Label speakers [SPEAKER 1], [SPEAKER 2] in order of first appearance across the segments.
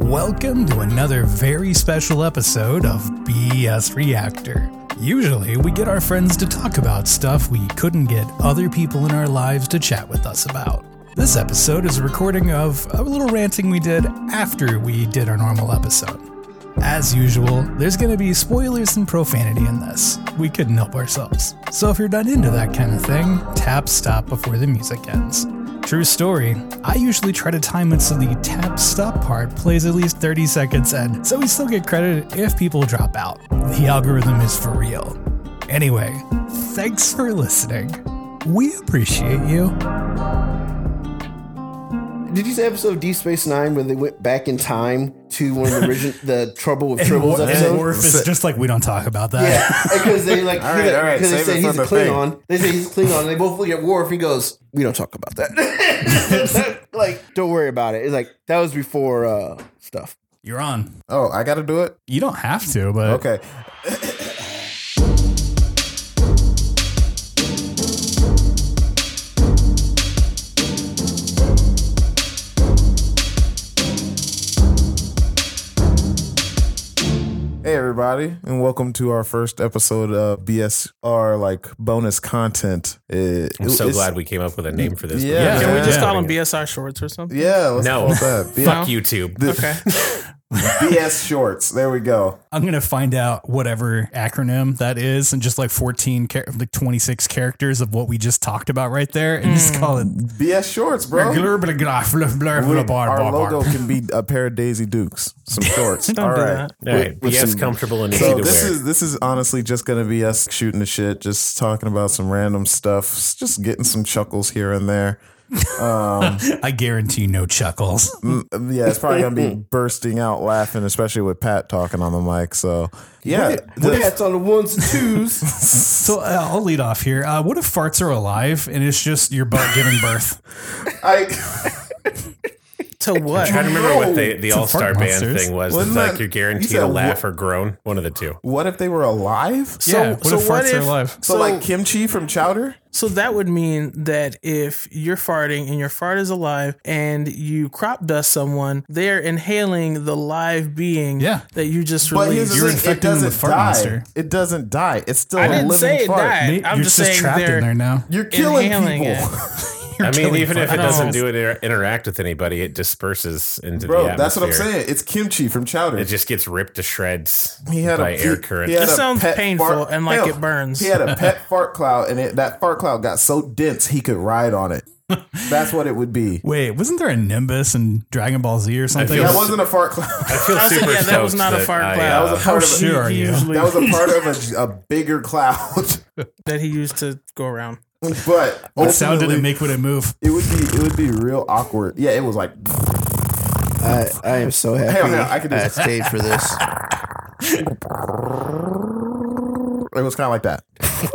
[SPEAKER 1] welcome to another very special episode of BS Reactor. Usually, we get our friends to talk about stuff we couldn't get other people in our lives to chat with us about. This episode is a recording of a little ranting we did after we did our normal episode. As usual, there's going to be spoilers and profanity in this. We couldn't help ourselves. So if you're not into that kind of thing, tap stop before the music ends. True story, I usually try to time it so the tap stop part plays at least 30 seconds in, so we still get credit if people drop out. The algorithm is for real. Anyway, thanks for listening. We appreciate you.
[SPEAKER 2] Did you say episode of Deep Space Nine when they went back in time to one of the origin, the Trouble with Tribbles
[SPEAKER 1] And
[SPEAKER 2] episode?
[SPEAKER 1] Worf is just like we don't talk about that.
[SPEAKER 2] Yeah, because they like
[SPEAKER 3] All right, all right,
[SPEAKER 2] because they
[SPEAKER 3] save
[SPEAKER 2] say
[SPEAKER 3] it
[SPEAKER 2] he's
[SPEAKER 3] for
[SPEAKER 2] a
[SPEAKER 3] the thing.
[SPEAKER 2] Klingon. They say he's a Klingon. And they both look at Worf. He goes, "We don't talk about that. like, don't worry about it." It's like that was before uh, stuff.
[SPEAKER 1] You're on.
[SPEAKER 3] Oh, I got to do it?
[SPEAKER 1] You don't have to, but
[SPEAKER 3] Okay. Hey everybody, and welcome to our first episode of BSR like bonus content. It-
[SPEAKER 4] I'm so
[SPEAKER 3] it's-
[SPEAKER 4] glad we came up with a name for this.
[SPEAKER 3] Yeah,
[SPEAKER 4] We're
[SPEAKER 5] Can we
[SPEAKER 3] Yeah.
[SPEAKER 5] just call them BSR shorts or something?
[SPEAKER 3] Yeah, let's
[SPEAKER 4] No.
[SPEAKER 3] call it that. B-
[SPEAKER 4] Fuck YouTube.
[SPEAKER 5] Okay.
[SPEAKER 3] BS shorts. There we go.
[SPEAKER 1] I'm gonna find out whatever acronym that is, and just like 14, char- like 26 characters of what we just talked about right there, and just call it.
[SPEAKER 5] Hmm.
[SPEAKER 3] BS shorts, bro. We- our logo can be a pair of Daisy Dukes, some shorts.
[SPEAKER 5] Don't
[SPEAKER 3] All
[SPEAKER 5] do
[SPEAKER 3] right.
[SPEAKER 5] that.
[SPEAKER 4] All right.
[SPEAKER 3] With- with
[SPEAKER 4] BS
[SPEAKER 3] some-
[SPEAKER 4] comfortable and easy
[SPEAKER 3] So
[SPEAKER 4] to
[SPEAKER 3] this
[SPEAKER 4] wear.
[SPEAKER 3] is this is honestly just going to be us shooting the shit, just talking about some random stuff, just getting some chuckles here and there.
[SPEAKER 1] I guarantee no chuckles.
[SPEAKER 3] Um, Yeah, it's probably going to be bursting out laughing, especially with Pat talking on the mic. So yeah, the-
[SPEAKER 2] That's on the ones and twos.
[SPEAKER 1] So uh, I'll lead off here. Uh, what if farts are alive and it's just your butt giving birth?
[SPEAKER 3] I
[SPEAKER 5] To what?
[SPEAKER 4] I remember what the, the
[SPEAKER 1] It's a
[SPEAKER 4] All Star
[SPEAKER 1] fart
[SPEAKER 4] Band
[SPEAKER 1] monsters.
[SPEAKER 4] thing was.
[SPEAKER 3] Wasn't
[SPEAKER 4] It's like
[SPEAKER 3] that-
[SPEAKER 4] you're
[SPEAKER 3] you
[SPEAKER 4] guaranteed
[SPEAKER 3] said
[SPEAKER 4] a laugh
[SPEAKER 3] what-
[SPEAKER 4] or groan, one of the two.
[SPEAKER 3] what if they were alive? So,
[SPEAKER 1] yeah. What
[SPEAKER 5] so
[SPEAKER 1] if farts
[SPEAKER 5] what
[SPEAKER 1] are
[SPEAKER 5] if-
[SPEAKER 1] alive?
[SPEAKER 3] so, like kimchi from chowder.
[SPEAKER 5] So that would mean that if you're farting and your fart is alive and you crop dust someone, they're inhaling the live being
[SPEAKER 1] Yeah.
[SPEAKER 5] that you just
[SPEAKER 3] But here's
[SPEAKER 5] released.
[SPEAKER 3] the
[SPEAKER 1] You're
[SPEAKER 3] thing, it
[SPEAKER 1] infecting them with
[SPEAKER 3] doesn't
[SPEAKER 1] fart
[SPEAKER 3] die.
[SPEAKER 1] monster.
[SPEAKER 3] It doesn't die. It's still a
[SPEAKER 5] I didn't
[SPEAKER 3] living
[SPEAKER 5] say it
[SPEAKER 3] fart.
[SPEAKER 5] died. I'm
[SPEAKER 1] You're just
[SPEAKER 5] just saying
[SPEAKER 1] trapped in
[SPEAKER 5] they're-
[SPEAKER 1] there now.
[SPEAKER 3] You're killing
[SPEAKER 5] Inhaling
[SPEAKER 3] people.
[SPEAKER 5] it.
[SPEAKER 4] I mean, even if it
[SPEAKER 5] farts.
[SPEAKER 4] doesn't do it inter- interact with anybody, it disperses into
[SPEAKER 3] Bro,
[SPEAKER 4] the atmosphere.
[SPEAKER 3] that's what I'm saying. It's kimchi from chowder.
[SPEAKER 4] It just gets ripped to shreds
[SPEAKER 3] he had
[SPEAKER 4] by
[SPEAKER 3] a
[SPEAKER 4] air
[SPEAKER 3] he-
[SPEAKER 4] current.
[SPEAKER 3] he had
[SPEAKER 5] That
[SPEAKER 3] a
[SPEAKER 5] sounds
[SPEAKER 3] pet
[SPEAKER 5] painful
[SPEAKER 3] fart-
[SPEAKER 5] and like
[SPEAKER 3] Hell,
[SPEAKER 5] it burns.
[SPEAKER 3] He had a pet fart cloud, and it, that fart cloud got so dense he could ride on it. That's what it would be.
[SPEAKER 1] Wait, wasn't there a Nimbus in Dragon Ball Z or something?
[SPEAKER 4] feel
[SPEAKER 3] That wasn't a fart cloud.
[SPEAKER 4] I feel
[SPEAKER 5] I was like,
[SPEAKER 4] super
[SPEAKER 5] yeah, that was
[SPEAKER 4] stoked
[SPEAKER 5] not a
[SPEAKER 4] that
[SPEAKER 5] fart
[SPEAKER 4] I,
[SPEAKER 5] cloud.
[SPEAKER 4] uh,
[SPEAKER 3] That was a part of a,
[SPEAKER 1] sure are
[SPEAKER 5] he
[SPEAKER 1] you?
[SPEAKER 5] usually
[SPEAKER 3] that was a part of a, a bigger cloud.
[SPEAKER 5] that he used to go around.
[SPEAKER 3] But
[SPEAKER 1] What sound did it
[SPEAKER 3] ultimately,
[SPEAKER 1] make when it move?
[SPEAKER 3] It would be it would be real awkward. Yeah, it was like
[SPEAKER 2] I, I am so happy.
[SPEAKER 3] Hang on, hang on, I can do this.
[SPEAKER 2] stayed for this.
[SPEAKER 3] it was kind of like that.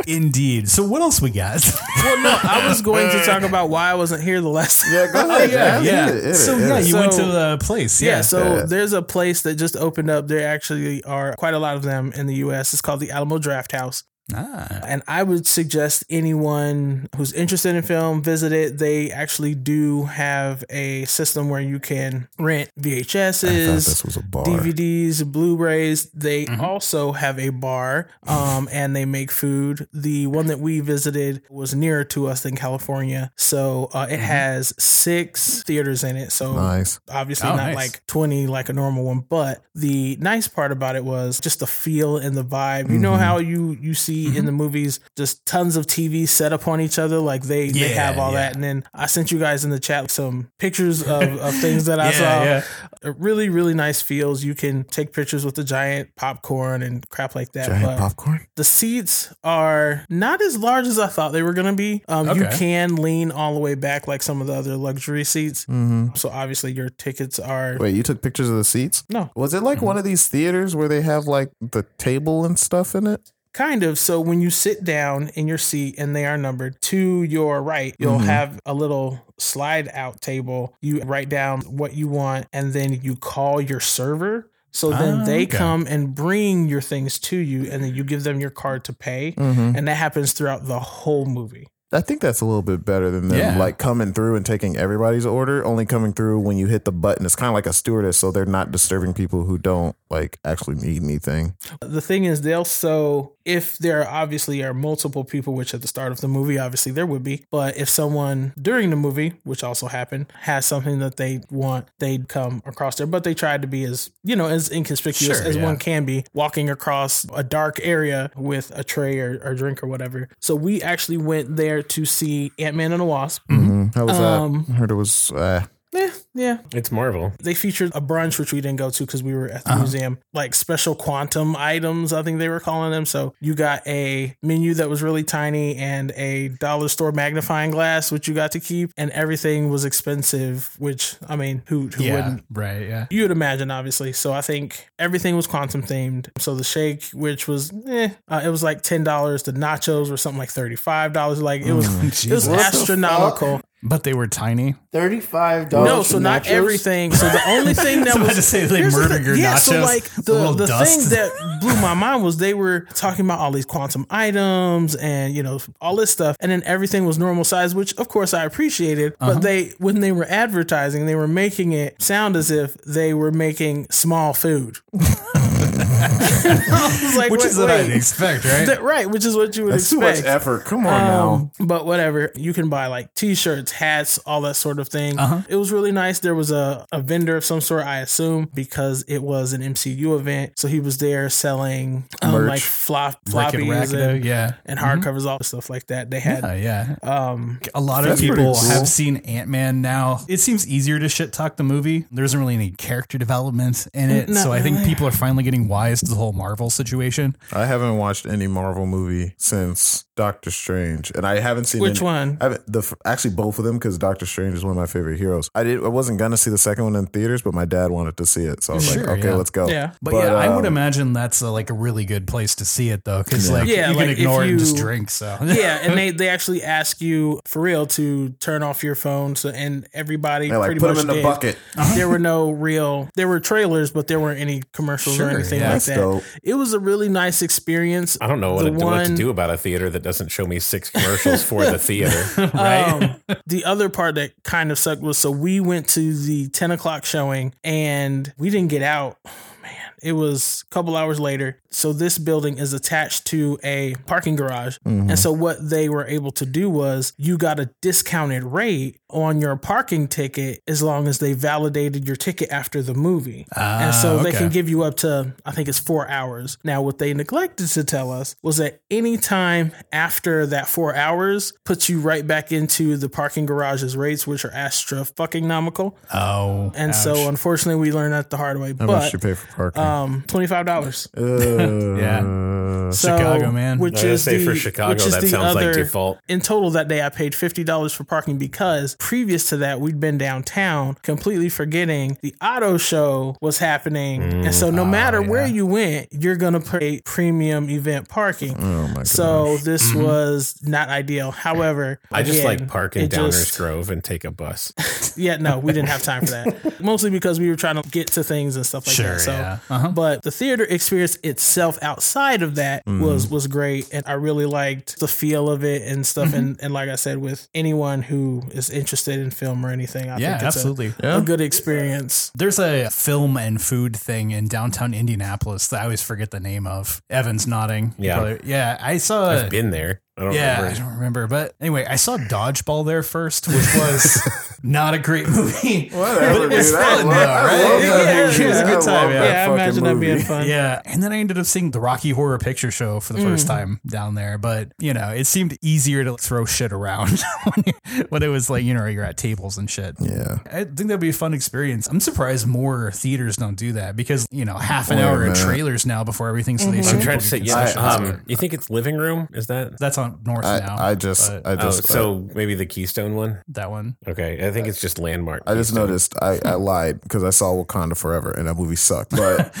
[SPEAKER 1] Indeed. So what else we got?
[SPEAKER 5] Well, no, I was going to talk about why I wasn't here the last
[SPEAKER 3] Yeah, go ahead.
[SPEAKER 5] yeah,
[SPEAKER 3] man. Hit it, hit it,
[SPEAKER 1] so
[SPEAKER 3] hit
[SPEAKER 1] yeah,
[SPEAKER 3] it.
[SPEAKER 1] you went to
[SPEAKER 5] So-
[SPEAKER 1] the place.
[SPEAKER 5] Yeah,
[SPEAKER 1] Yeah.
[SPEAKER 5] so there's a place that just opened up. There actually are quite a lot of them in the US. It's called the Alamo Draft House.
[SPEAKER 1] Ah.
[SPEAKER 5] And I would suggest anyone who's interested in film visit it. They actually do have a system where you can rent
[SPEAKER 3] I thought
[SPEAKER 5] VHSs,
[SPEAKER 3] this was a bar.
[SPEAKER 5] DVDs, Blu-rays. They also have a bar, um, and they make food. The one that we visited was nearer to us than California, so uh, it has six theaters in it. So
[SPEAKER 3] Mm-hmm. Nice.
[SPEAKER 5] obviously
[SPEAKER 1] Oh,
[SPEAKER 5] not
[SPEAKER 1] nice.
[SPEAKER 5] like 20 like a normal one but the nice part about it was just the feel and the vibe you
[SPEAKER 1] Mm-hmm.
[SPEAKER 5] know how you you see in the movies just tons of tvs set up on each other like they they
[SPEAKER 1] Yeah,
[SPEAKER 5] have all
[SPEAKER 1] yeah.
[SPEAKER 5] that and then i sent you guys in the chat some pictures of, of things that i
[SPEAKER 1] Yeah,
[SPEAKER 5] saw
[SPEAKER 1] yeah.
[SPEAKER 5] Uh, really really nice feels you can take pictures with the giant popcorn and crap like that but
[SPEAKER 3] popcorn.
[SPEAKER 5] the seats are not as large as I thought they were going to be. Um, You
[SPEAKER 1] Okay.
[SPEAKER 5] can lean all the way back like some of the other luxury seats.
[SPEAKER 1] Mm-hmm.
[SPEAKER 5] So obviously your tickets are.
[SPEAKER 3] Wait, you took pictures of the seats?
[SPEAKER 5] No. Mm-hmm.
[SPEAKER 3] Was it like one of these theaters where they have like the table and stuff in it?
[SPEAKER 5] Kind of. So when you sit down in your seat and they are numbered to your right, you'll
[SPEAKER 1] Mm-hmm.
[SPEAKER 5] have a little slide out table. You write down what you want and then you call your server. So then
[SPEAKER 1] Ah,
[SPEAKER 5] they
[SPEAKER 1] okay.
[SPEAKER 5] come and bring
[SPEAKER 1] Mm-hmm.
[SPEAKER 3] Mm-hmm.
[SPEAKER 5] your things to you and then you give them your card to pay. And that happens throughout the whole movie.
[SPEAKER 3] I think that's a little bit better than them
[SPEAKER 1] Yeah.
[SPEAKER 3] like coming through and taking everybody's order. Only coming through when you hit the button. It's kind of like a stewardess, so they're not disturbing people who don't like actually need anything.
[SPEAKER 5] The thing is, they'll so if there obviously are multiple people, which at the start of the movie, obviously there would be, but if someone during the movie, which also happened, has something that they want, they'd come across there. But they tried to be as you know as inconspicuous
[SPEAKER 1] Sure,
[SPEAKER 5] as
[SPEAKER 1] yeah.
[SPEAKER 5] one can be, walking across a dark area with a tray or, or drink or whatever. So we actually went there to see Ant Man and the Wasp.
[SPEAKER 1] Mm.
[SPEAKER 3] hmm How was
[SPEAKER 5] Um,
[SPEAKER 3] that? I heard it was. Uh,
[SPEAKER 5] Yeah, yeah,
[SPEAKER 4] It's Marvel.
[SPEAKER 5] they featured a brunch which we didn't go to because we were at the
[SPEAKER 1] Uh-huh.
[SPEAKER 5] museum like special quantum items i think they were calling them so you got a menu that was really tiny and a dollar store magnifying glass which you got to keep and everything was expensive which i mean who, who
[SPEAKER 1] yeah,
[SPEAKER 5] wouldn't
[SPEAKER 1] right. Yeah.
[SPEAKER 5] You'd imagine, obviously. So I think everything was quantum themed. So the shake, which was, eh, uh, it was like ten dollars. The nachos were something like thirty-five dollars. Like it was, it was
[SPEAKER 1] Mm, Jesus.
[SPEAKER 2] What the
[SPEAKER 5] astronomical.
[SPEAKER 1] But they were tiny.
[SPEAKER 2] Thirty-five dollars.
[SPEAKER 5] No, so not everything. So the only thing that
[SPEAKER 1] I was about
[SPEAKER 5] was
[SPEAKER 1] to say they
[SPEAKER 5] Here's the
[SPEAKER 1] murdered
[SPEAKER 5] thing-
[SPEAKER 1] your
[SPEAKER 5] yeah,
[SPEAKER 1] nachos.
[SPEAKER 5] So like
[SPEAKER 1] the
[SPEAKER 5] the,
[SPEAKER 1] little
[SPEAKER 5] the
[SPEAKER 1] dust.
[SPEAKER 5] thing that blew my mind was they were talking about all these quantum items and you know all this stuff, and then everything was normal size, which of course I appreciated.
[SPEAKER 1] Uh-huh.
[SPEAKER 5] But they when they were advertising, they were making it sound as if they were making small food. I was like,
[SPEAKER 1] which
[SPEAKER 5] wait,
[SPEAKER 1] is what
[SPEAKER 5] wait.
[SPEAKER 1] I'd expect, right?
[SPEAKER 5] That- right, which is what you would
[SPEAKER 3] that's too much
[SPEAKER 5] expect.
[SPEAKER 3] effort. Come on now.
[SPEAKER 5] Um, but whatever, you can buy like t-shirts, hats, all that sort of thing.
[SPEAKER 1] Uh-huh.
[SPEAKER 5] It was really nice. There was a, a vendor of some sort, I assume, because it was an MCU event. So he was there selling um,
[SPEAKER 3] Merch.
[SPEAKER 5] like flop,
[SPEAKER 1] Rick and Mm-hmm.
[SPEAKER 5] floppies
[SPEAKER 1] Racketo,
[SPEAKER 5] and,
[SPEAKER 1] yeah.
[SPEAKER 5] and hardcovers, all the stuff like that. They had,
[SPEAKER 1] Yeah, yeah.
[SPEAKER 5] um,
[SPEAKER 1] A lot of
[SPEAKER 3] That's pretty
[SPEAKER 1] people
[SPEAKER 3] cool.
[SPEAKER 1] have seen Ant Man now. It seems easier to shit talk the movie. There isn't really any character development in it.
[SPEAKER 5] Not
[SPEAKER 1] so I think
[SPEAKER 5] really.
[SPEAKER 1] people are finally getting wise to the whole Marvel situation.
[SPEAKER 3] I haven't watched any Marvel movie since Doctor Strange, and I haven't seen
[SPEAKER 5] which
[SPEAKER 3] any-
[SPEAKER 5] one?
[SPEAKER 3] I haven't, the f- actually both of them because Doctor Strange is one of my favorite heroes. I did I wasn't gonna see the second one in theaters, but my dad wanted to see it, so I was
[SPEAKER 1] Sure,
[SPEAKER 3] like, okay,
[SPEAKER 1] yeah.
[SPEAKER 3] let's go.
[SPEAKER 5] Yeah.
[SPEAKER 1] But, yeah, I would
[SPEAKER 3] um,
[SPEAKER 1] imagine that's a, like a really good place to see it though, because like
[SPEAKER 5] Yeah,
[SPEAKER 1] you
[SPEAKER 5] like,
[SPEAKER 1] can
[SPEAKER 5] if
[SPEAKER 1] ignore it and just
[SPEAKER 5] you-
[SPEAKER 1] drink. So
[SPEAKER 5] yeah, and they, they actually ask you for real to turn off your phone. So and everybody
[SPEAKER 3] they're like
[SPEAKER 5] pretty
[SPEAKER 3] put
[SPEAKER 5] much
[SPEAKER 3] him in the
[SPEAKER 5] did.
[SPEAKER 3] bucket.
[SPEAKER 1] Uh-huh.
[SPEAKER 5] there were no real there were trailers but there weren't any commercials
[SPEAKER 1] Sure,
[SPEAKER 5] or anything
[SPEAKER 1] yeah.
[SPEAKER 5] like
[SPEAKER 3] That's
[SPEAKER 5] that
[SPEAKER 3] dope.
[SPEAKER 5] it was a really nice experience
[SPEAKER 4] I don't know what,
[SPEAKER 5] The
[SPEAKER 4] to, what
[SPEAKER 5] one-
[SPEAKER 4] to do about a theater that doesn't show me six commercials for the theater.
[SPEAKER 1] right.
[SPEAKER 5] Um, the other part that kind of sucked was so we went to the 10 o'clock showing and we didn't get out. Oh, Man, it was a couple hours later. So this building is attached to a parking garage. And so what they were able to do was you got a discounted rate on your parking ticket as long as they validated your ticket after the movie.
[SPEAKER 1] Ah,
[SPEAKER 5] and so they
[SPEAKER 1] okay.
[SPEAKER 5] can give you up to I think it's 4 hours. Now what they neglected to tell us was that any time after that 4 hours puts you right back into the parking garage's rates which are astra fucking nomical.
[SPEAKER 1] oh,
[SPEAKER 5] And
[SPEAKER 1] ouch.
[SPEAKER 5] so unfortunately we learned that the hard way
[SPEAKER 3] How much
[SPEAKER 5] but
[SPEAKER 3] you pay for parking?
[SPEAKER 5] um $25.
[SPEAKER 3] Uh,
[SPEAKER 1] Yeah.
[SPEAKER 5] So,
[SPEAKER 1] Chicago, man.
[SPEAKER 4] I
[SPEAKER 5] Which
[SPEAKER 4] gotta
[SPEAKER 5] is
[SPEAKER 4] say,
[SPEAKER 5] the,
[SPEAKER 4] for Chicago,
[SPEAKER 5] which is
[SPEAKER 4] that
[SPEAKER 5] the
[SPEAKER 4] sounds
[SPEAKER 5] other,
[SPEAKER 4] like default.
[SPEAKER 5] In total that day, I paid fifty dollars for parking because previous to that, we'd been downtown, completely forgetting the auto show was happening, and so no
[SPEAKER 4] Mm, ah,
[SPEAKER 5] matter where you went, you're gonna pay premium event parking.
[SPEAKER 3] Oh my god.
[SPEAKER 5] so this was not ideal. However,
[SPEAKER 4] Mm-hmm. I just
[SPEAKER 5] again,
[SPEAKER 4] like park in
[SPEAKER 5] it
[SPEAKER 4] Downers
[SPEAKER 5] just-
[SPEAKER 4] Grove and take a bus.
[SPEAKER 5] Yeah, no, we didn't have time for that. Mostly because we were trying to get to things and stuff like
[SPEAKER 1] Sure,
[SPEAKER 5] that. So,
[SPEAKER 1] yeah. Uh-huh.
[SPEAKER 5] but the theater experience itself outside of that
[SPEAKER 1] Mm-hmm.
[SPEAKER 5] was was great, and I really liked the feel of it and stuff.
[SPEAKER 1] Mm-hmm.
[SPEAKER 5] And and like I said, with anyone who is interested in film or anything, I
[SPEAKER 1] yeah,
[SPEAKER 5] think it's a-
[SPEAKER 1] absolutely.
[SPEAKER 5] A, good experience.
[SPEAKER 1] There's a film and food thing in downtown Indianapolis that I always forget the name of. Evan's nodding.
[SPEAKER 4] Yeah.
[SPEAKER 1] But, yeah. I saw.
[SPEAKER 4] I've been there. I don't
[SPEAKER 1] yeah, I
[SPEAKER 4] remember.
[SPEAKER 1] don't remember. But anyway, I saw Dodgeball there first, which was not a great movie.
[SPEAKER 3] Whatever,
[SPEAKER 1] But it was
[SPEAKER 3] dude.
[SPEAKER 1] fun,
[SPEAKER 3] I love,
[SPEAKER 1] though,
[SPEAKER 3] I
[SPEAKER 1] right?
[SPEAKER 3] love that
[SPEAKER 5] Yeah,
[SPEAKER 3] movie.
[SPEAKER 5] it was a
[SPEAKER 3] I
[SPEAKER 1] good
[SPEAKER 3] love
[SPEAKER 1] time,
[SPEAKER 5] Yeah,
[SPEAKER 1] yeah.
[SPEAKER 3] that
[SPEAKER 5] I
[SPEAKER 3] fucking
[SPEAKER 5] imagine that being
[SPEAKER 3] movie. Hmm.
[SPEAKER 5] fun.
[SPEAKER 1] Yeah. And then I ended up seeing the Rocky Horror Picture Show for the first time down there. But, you know, it seemed easier to throw shit around when, you, when it was like, you know, you're at tables and shit.
[SPEAKER 3] Yeah.
[SPEAKER 1] I think that'd be a fun experience. I'm surprised more theaters don't do that because, you know, half an
[SPEAKER 3] Wait a
[SPEAKER 1] hour of
[SPEAKER 3] minute.
[SPEAKER 1] trailers now before everything. So they
[SPEAKER 4] I'm trying to say, yeah,
[SPEAKER 3] concessions,
[SPEAKER 4] um, you think it's living room? Is that?
[SPEAKER 1] That's on North now.
[SPEAKER 3] I, I just,
[SPEAKER 1] but
[SPEAKER 3] I
[SPEAKER 4] Oh,
[SPEAKER 3] just,
[SPEAKER 4] so maybe the Keystone one?
[SPEAKER 1] that one.
[SPEAKER 4] Okay. I think it's just landmark.
[SPEAKER 3] I just
[SPEAKER 4] Keystone.
[SPEAKER 3] noticed I, I lied because I saw Wakanda Forever and that movie sucked. But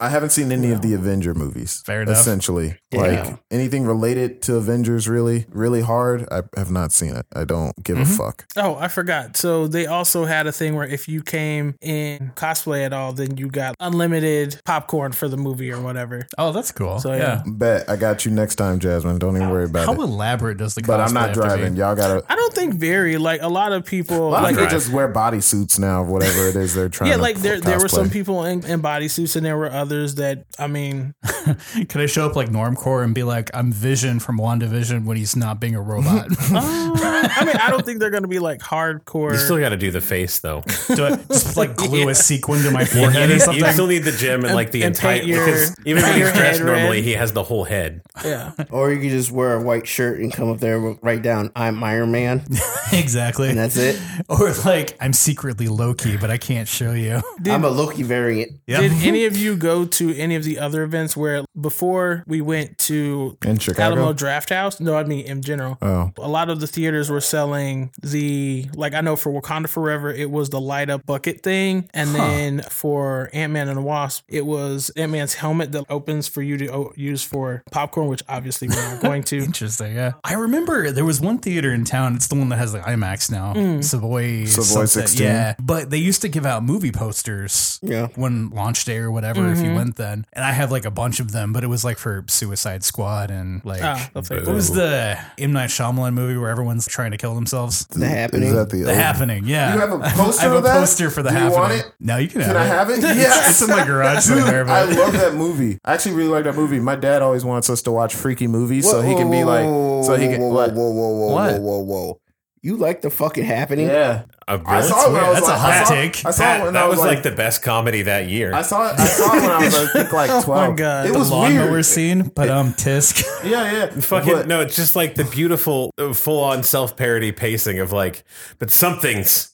[SPEAKER 3] I haven't seen any of the Avenger movies.
[SPEAKER 1] Fair enough.
[SPEAKER 3] Essentially, like anything related to Avengers, really, really hard. I have not seen it. I don't give a fuck.
[SPEAKER 5] Oh, I forgot. So they also had a thing where if you came in cosplay at all, then you got unlimited popcorn for the movie or whatever.
[SPEAKER 1] Oh, that's cool.
[SPEAKER 5] So,
[SPEAKER 1] yeah.
[SPEAKER 5] yeah.
[SPEAKER 3] Bet I got you next time, Jasmine. Don't even worry about about
[SPEAKER 1] How
[SPEAKER 3] it.
[SPEAKER 1] elaborate does the cosplay
[SPEAKER 3] But I'm not
[SPEAKER 1] have to be?
[SPEAKER 3] driving. Y'all gotta.
[SPEAKER 5] I don't think very. Like a lot of people,
[SPEAKER 3] A lot
[SPEAKER 5] like
[SPEAKER 3] of people just wear bodysuits now, whatever it is they're trying.
[SPEAKER 5] yeah,
[SPEAKER 3] to
[SPEAKER 5] like there there were
[SPEAKER 3] cosplay.
[SPEAKER 5] some people in, in bodysuits and there were others that I mean,
[SPEAKER 1] Can I show up like Normcore and be like, I'm Vision from WandaVision when he's not being a robot?
[SPEAKER 3] Oh.
[SPEAKER 5] I mean I don't think they're going to be like hardcore.
[SPEAKER 4] You still got to do the face though.
[SPEAKER 1] Do I just like glue a sequin to my
[SPEAKER 4] You
[SPEAKER 1] forehead or something?
[SPEAKER 4] still need the gym and like the
[SPEAKER 5] and
[SPEAKER 4] entire.
[SPEAKER 5] paint your-
[SPEAKER 4] because even when
[SPEAKER 5] paint your
[SPEAKER 4] he's dressed
[SPEAKER 5] head red.
[SPEAKER 4] normally, he has the whole head.
[SPEAKER 5] yeah,
[SPEAKER 2] Or you could just wear a white shirt and come up there with- write down "I'm Iron Man"
[SPEAKER 1] exactly.
[SPEAKER 2] and that's it.
[SPEAKER 1] Or like, I'm secretly Loki, but I can't show you.
[SPEAKER 2] I'm a Loki variant.
[SPEAKER 1] Yep.
[SPEAKER 5] Did any of you go to any of the other events where before we went to
[SPEAKER 3] in
[SPEAKER 5] Alamo
[SPEAKER 3] Chicago.
[SPEAKER 5] Draft House? No, I mean in general.
[SPEAKER 3] Oh,
[SPEAKER 5] A lot of the theaters were selling the like I know for Wakanda Forever it was the light up bucket thing, and then for Ant Man and the Wasp it was Ant Man's helmet that opens for you to o- use for popcorn, which obviously we're not going to.
[SPEAKER 1] Interesting. Yeah. I remember there was one theater in town. It's the one that has the IMAX now,
[SPEAKER 5] Mm.
[SPEAKER 1] Savoy.
[SPEAKER 3] Savoy
[SPEAKER 1] something,
[SPEAKER 3] 16.
[SPEAKER 1] Yeah. But they used to give out movie posters
[SPEAKER 2] Yeah.
[SPEAKER 1] when launch day or whatever, if
[SPEAKER 5] Mm-hmm.
[SPEAKER 1] you went then. And I have like a bunch of them, but it was like for Suicide Squad and like.
[SPEAKER 5] Ah, that's like-
[SPEAKER 1] what was the M Night Shyamalan movie where everyone's trying to kill themselves?
[SPEAKER 2] The happening.
[SPEAKER 3] is that the,
[SPEAKER 1] The Happening, yeah.
[SPEAKER 3] You have a poster
[SPEAKER 1] I have
[SPEAKER 3] of
[SPEAKER 1] a
[SPEAKER 3] that?
[SPEAKER 1] poster for the
[SPEAKER 3] Do you
[SPEAKER 1] Happening.
[SPEAKER 3] want it?
[SPEAKER 1] No, you can have
[SPEAKER 3] Can
[SPEAKER 1] it.
[SPEAKER 3] I have it?
[SPEAKER 1] It's- It's
[SPEAKER 3] Yes.
[SPEAKER 1] in my garage
[SPEAKER 3] Dude,
[SPEAKER 1] somewhere.
[SPEAKER 3] I
[SPEAKER 1] But
[SPEAKER 3] love that movie. I actually really like that movie. My dad always wants us to watch freaky movies so he can be like, so he can.
[SPEAKER 2] whoa, whoa,
[SPEAKER 3] what?
[SPEAKER 2] whoa, whoa, whoa,
[SPEAKER 3] What?
[SPEAKER 2] whoa, whoa, whoa. You like the fucking happening?
[SPEAKER 3] Yeah,
[SPEAKER 4] Uh,
[SPEAKER 3] I
[SPEAKER 4] really?
[SPEAKER 3] saw it when I was
[SPEAKER 1] That's a
[SPEAKER 3] like,
[SPEAKER 1] hot
[SPEAKER 3] I saw,
[SPEAKER 1] take.
[SPEAKER 3] I saw
[SPEAKER 4] That,
[SPEAKER 3] it when
[SPEAKER 4] that
[SPEAKER 3] I
[SPEAKER 4] was like,
[SPEAKER 3] like
[SPEAKER 4] the best comedy that year.
[SPEAKER 3] I saw it. I saw it when I was I think, like twelve.
[SPEAKER 5] Oh God.
[SPEAKER 3] it
[SPEAKER 5] The
[SPEAKER 1] Oh the
[SPEAKER 3] was
[SPEAKER 1] lawnmower
[SPEAKER 3] weird.
[SPEAKER 1] scene, but um, Tisk.
[SPEAKER 3] Yeah, yeah.
[SPEAKER 4] Fucking
[SPEAKER 3] But-
[SPEAKER 4] no, it's just like the beautiful, full on self parody pacing of like, but something's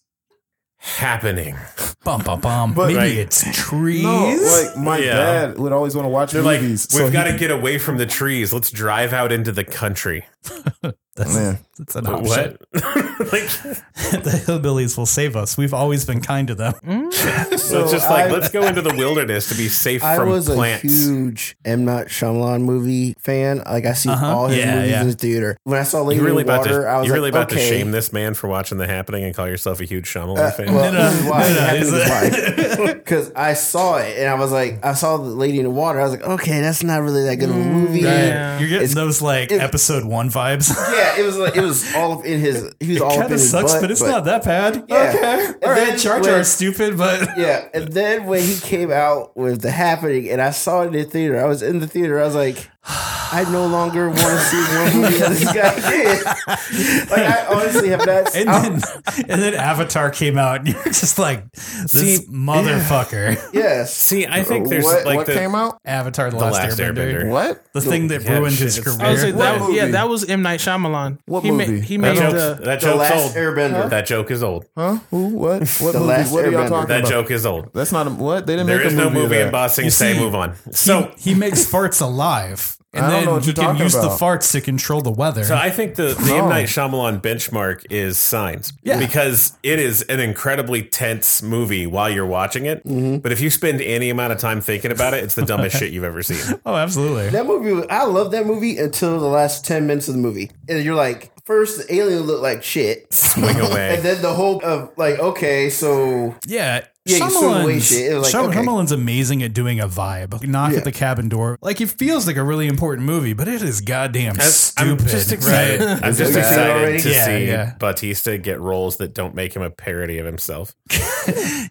[SPEAKER 4] happening.
[SPEAKER 1] Bum bum bum.
[SPEAKER 3] But-
[SPEAKER 1] Maybe
[SPEAKER 4] Right.
[SPEAKER 1] it's trees.
[SPEAKER 3] No, like my
[SPEAKER 4] Yeah.
[SPEAKER 3] dad would always want to watch
[SPEAKER 4] They're like,
[SPEAKER 3] movies.
[SPEAKER 4] we've
[SPEAKER 3] so
[SPEAKER 4] got to get away from the trees. Let's drive out into the country.
[SPEAKER 1] that's,
[SPEAKER 3] Man.
[SPEAKER 1] that's an option.
[SPEAKER 4] What? like,
[SPEAKER 1] the hillbillies will save us. We've always been kind to them.
[SPEAKER 4] so it's just like,
[SPEAKER 2] I-
[SPEAKER 4] let's go into the wilderness to be safe
[SPEAKER 2] I
[SPEAKER 4] from
[SPEAKER 2] was
[SPEAKER 4] plants.
[SPEAKER 2] a huge M. Not Shyamalan movie fan. Like I see
[SPEAKER 1] Uh-huh.
[SPEAKER 2] all his
[SPEAKER 1] Yeah,
[SPEAKER 2] movies
[SPEAKER 1] yeah.
[SPEAKER 2] in the theater. When I saw Lady
[SPEAKER 4] you really
[SPEAKER 2] in
[SPEAKER 4] about
[SPEAKER 2] Water, I
[SPEAKER 4] to?
[SPEAKER 2] was
[SPEAKER 4] You really
[SPEAKER 2] like,
[SPEAKER 4] about
[SPEAKER 2] okay. Uh,
[SPEAKER 4] to shame this man for watching The Happening and call yourself a huge Shyamalan fan?
[SPEAKER 2] Well,
[SPEAKER 1] No, no,
[SPEAKER 2] this is
[SPEAKER 1] no,
[SPEAKER 2] why
[SPEAKER 1] no,
[SPEAKER 2] it
[SPEAKER 1] it's-
[SPEAKER 2] because I saw it and I was like, I saw the Lady in the Water. I was like, okay, that's not really that good of a
[SPEAKER 1] Mm,
[SPEAKER 2] movie.
[SPEAKER 5] Yeah.
[SPEAKER 1] You're getting
[SPEAKER 2] It's-
[SPEAKER 1] those like
[SPEAKER 2] it-
[SPEAKER 1] episode one vibes.
[SPEAKER 2] Yeah, it was like it was all up in his. He was all up
[SPEAKER 1] kind
[SPEAKER 2] in
[SPEAKER 1] of
[SPEAKER 2] his
[SPEAKER 1] sucks,
[SPEAKER 2] butt,
[SPEAKER 1] but it's not that bad.
[SPEAKER 2] Yeah.
[SPEAKER 1] Okay,
[SPEAKER 2] And
[SPEAKER 1] all right.
[SPEAKER 2] then
[SPEAKER 1] Char
[SPEAKER 2] when-
[SPEAKER 1] Char's stupid, but
[SPEAKER 2] Yeah, and then when he came out with the happening, and I saw it in the theater, I was in the theater. I was like, I no longer want to see more movie that this guy did. Like, I honestly have not.
[SPEAKER 1] and
[SPEAKER 2] I-
[SPEAKER 1] then and then Avatar came out, and you're just like this
[SPEAKER 4] See,
[SPEAKER 1] motherfucker.
[SPEAKER 2] yes,
[SPEAKER 4] See, I
[SPEAKER 2] uh,
[SPEAKER 4] think there's
[SPEAKER 3] what,
[SPEAKER 4] like
[SPEAKER 3] what
[SPEAKER 4] the
[SPEAKER 3] came out?
[SPEAKER 1] Avatar: The,
[SPEAKER 4] The
[SPEAKER 1] Last,
[SPEAKER 4] Last
[SPEAKER 1] Airbender,
[SPEAKER 4] Airbender.
[SPEAKER 3] What?
[SPEAKER 1] the thing that
[SPEAKER 4] Yeah,
[SPEAKER 1] ruined
[SPEAKER 4] shit,
[SPEAKER 1] his
[SPEAKER 4] it's-
[SPEAKER 5] I would say
[SPEAKER 1] career.
[SPEAKER 5] that,
[SPEAKER 3] movie?
[SPEAKER 5] yeah, that was M Night Shyamalan.
[SPEAKER 3] What
[SPEAKER 5] he Ma-
[SPEAKER 3] movie?
[SPEAKER 5] he
[SPEAKER 4] that
[SPEAKER 5] made
[SPEAKER 4] joke.
[SPEAKER 5] the
[SPEAKER 4] That
[SPEAKER 2] the
[SPEAKER 4] joke's
[SPEAKER 2] last
[SPEAKER 4] old.
[SPEAKER 2] Airbender.
[SPEAKER 4] That joke is old.
[SPEAKER 3] Huh? Who? What? What
[SPEAKER 2] The
[SPEAKER 3] movie?
[SPEAKER 2] Last
[SPEAKER 3] what are y'all
[SPEAKER 2] Airbender.
[SPEAKER 3] talking
[SPEAKER 4] That
[SPEAKER 3] about?
[SPEAKER 4] joke is old.
[SPEAKER 3] That's not a, what they didn't
[SPEAKER 4] There
[SPEAKER 3] make a
[SPEAKER 4] is
[SPEAKER 3] movie.
[SPEAKER 4] no movie
[SPEAKER 3] of
[SPEAKER 4] in
[SPEAKER 3] that.
[SPEAKER 4] Bossing. Say move on. So
[SPEAKER 1] So he, makes farts alive, and
[SPEAKER 3] I don't
[SPEAKER 1] then
[SPEAKER 3] know what
[SPEAKER 1] he
[SPEAKER 3] you're
[SPEAKER 1] can
[SPEAKER 3] talking
[SPEAKER 1] use the
[SPEAKER 3] about.
[SPEAKER 1] farts to control the weather.
[SPEAKER 4] So I think the, the M
[SPEAKER 3] No.
[SPEAKER 4] Night Shyamalan benchmark is Signs,
[SPEAKER 1] Yeah.
[SPEAKER 4] because it is an incredibly tense movie while you're watching it. But if you spend any amount of time thinking about it, it's the dumbest shit you've ever seen.
[SPEAKER 1] oh, absolutely.
[SPEAKER 2] that movie. was- I love that movie until the last ten minutes of the movie, and you're like, first the alien looked like shit,
[SPEAKER 4] Swing
[SPEAKER 2] and
[SPEAKER 4] away.
[SPEAKER 2] then the whole of like, okay, so
[SPEAKER 1] Yeah.
[SPEAKER 2] Yeah, you swing away
[SPEAKER 1] Shyamalan's,
[SPEAKER 2] shit. It was like,
[SPEAKER 1] Shy-
[SPEAKER 2] okay.
[SPEAKER 1] Shyamalan's amazing at doing a vibe. Knock at the cabin door. Like it feels like a really important movie, but it is goddamn
[SPEAKER 4] That's- I'm
[SPEAKER 1] stupid.
[SPEAKER 4] just excited.
[SPEAKER 1] Right?
[SPEAKER 4] I'm
[SPEAKER 2] that what you
[SPEAKER 4] just
[SPEAKER 2] said
[SPEAKER 4] excited
[SPEAKER 2] already?
[SPEAKER 4] to
[SPEAKER 1] Yeah,
[SPEAKER 4] see
[SPEAKER 1] yeah.
[SPEAKER 4] Batista get roles that don't make him a parody of himself.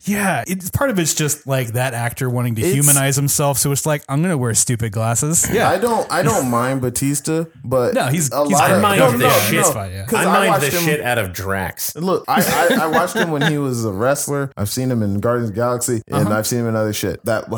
[SPEAKER 1] Yeah. It's part of it's just like that actor wanting to
[SPEAKER 3] It's-
[SPEAKER 1] humanize himself, so it's like I'm gonna wear stupid glasses. Yeah.
[SPEAKER 3] I don't. I don't mind Batista, but
[SPEAKER 1] No, he's-
[SPEAKER 3] a
[SPEAKER 1] he's-
[SPEAKER 3] lot
[SPEAKER 1] I
[SPEAKER 3] of
[SPEAKER 4] mind
[SPEAKER 3] no,
[SPEAKER 4] the
[SPEAKER 3] no,
[SPEAKER 4] shit.
[SPEAKER 3] no,
[SPEAKER 1] It's fine, yeah.
[SPEAKER 3] 'cause
[SPEAKER 4] I
[SPEAKER 3] I
[SPEAKER 4] mind
[SPEAKER 3] watched
[SPEAKER 4] the
[SPEAKER 3] him-
[SPEAKER 4] shit out of Drax.
[SPEAKER 3] Look, I, I, I watched him when he was a wrestler. I've seen him in Guardians of the Galaxy, and
[SPEAKER 1] Uh-huh.
[SPEAKER 3] I've seen him in other shit. That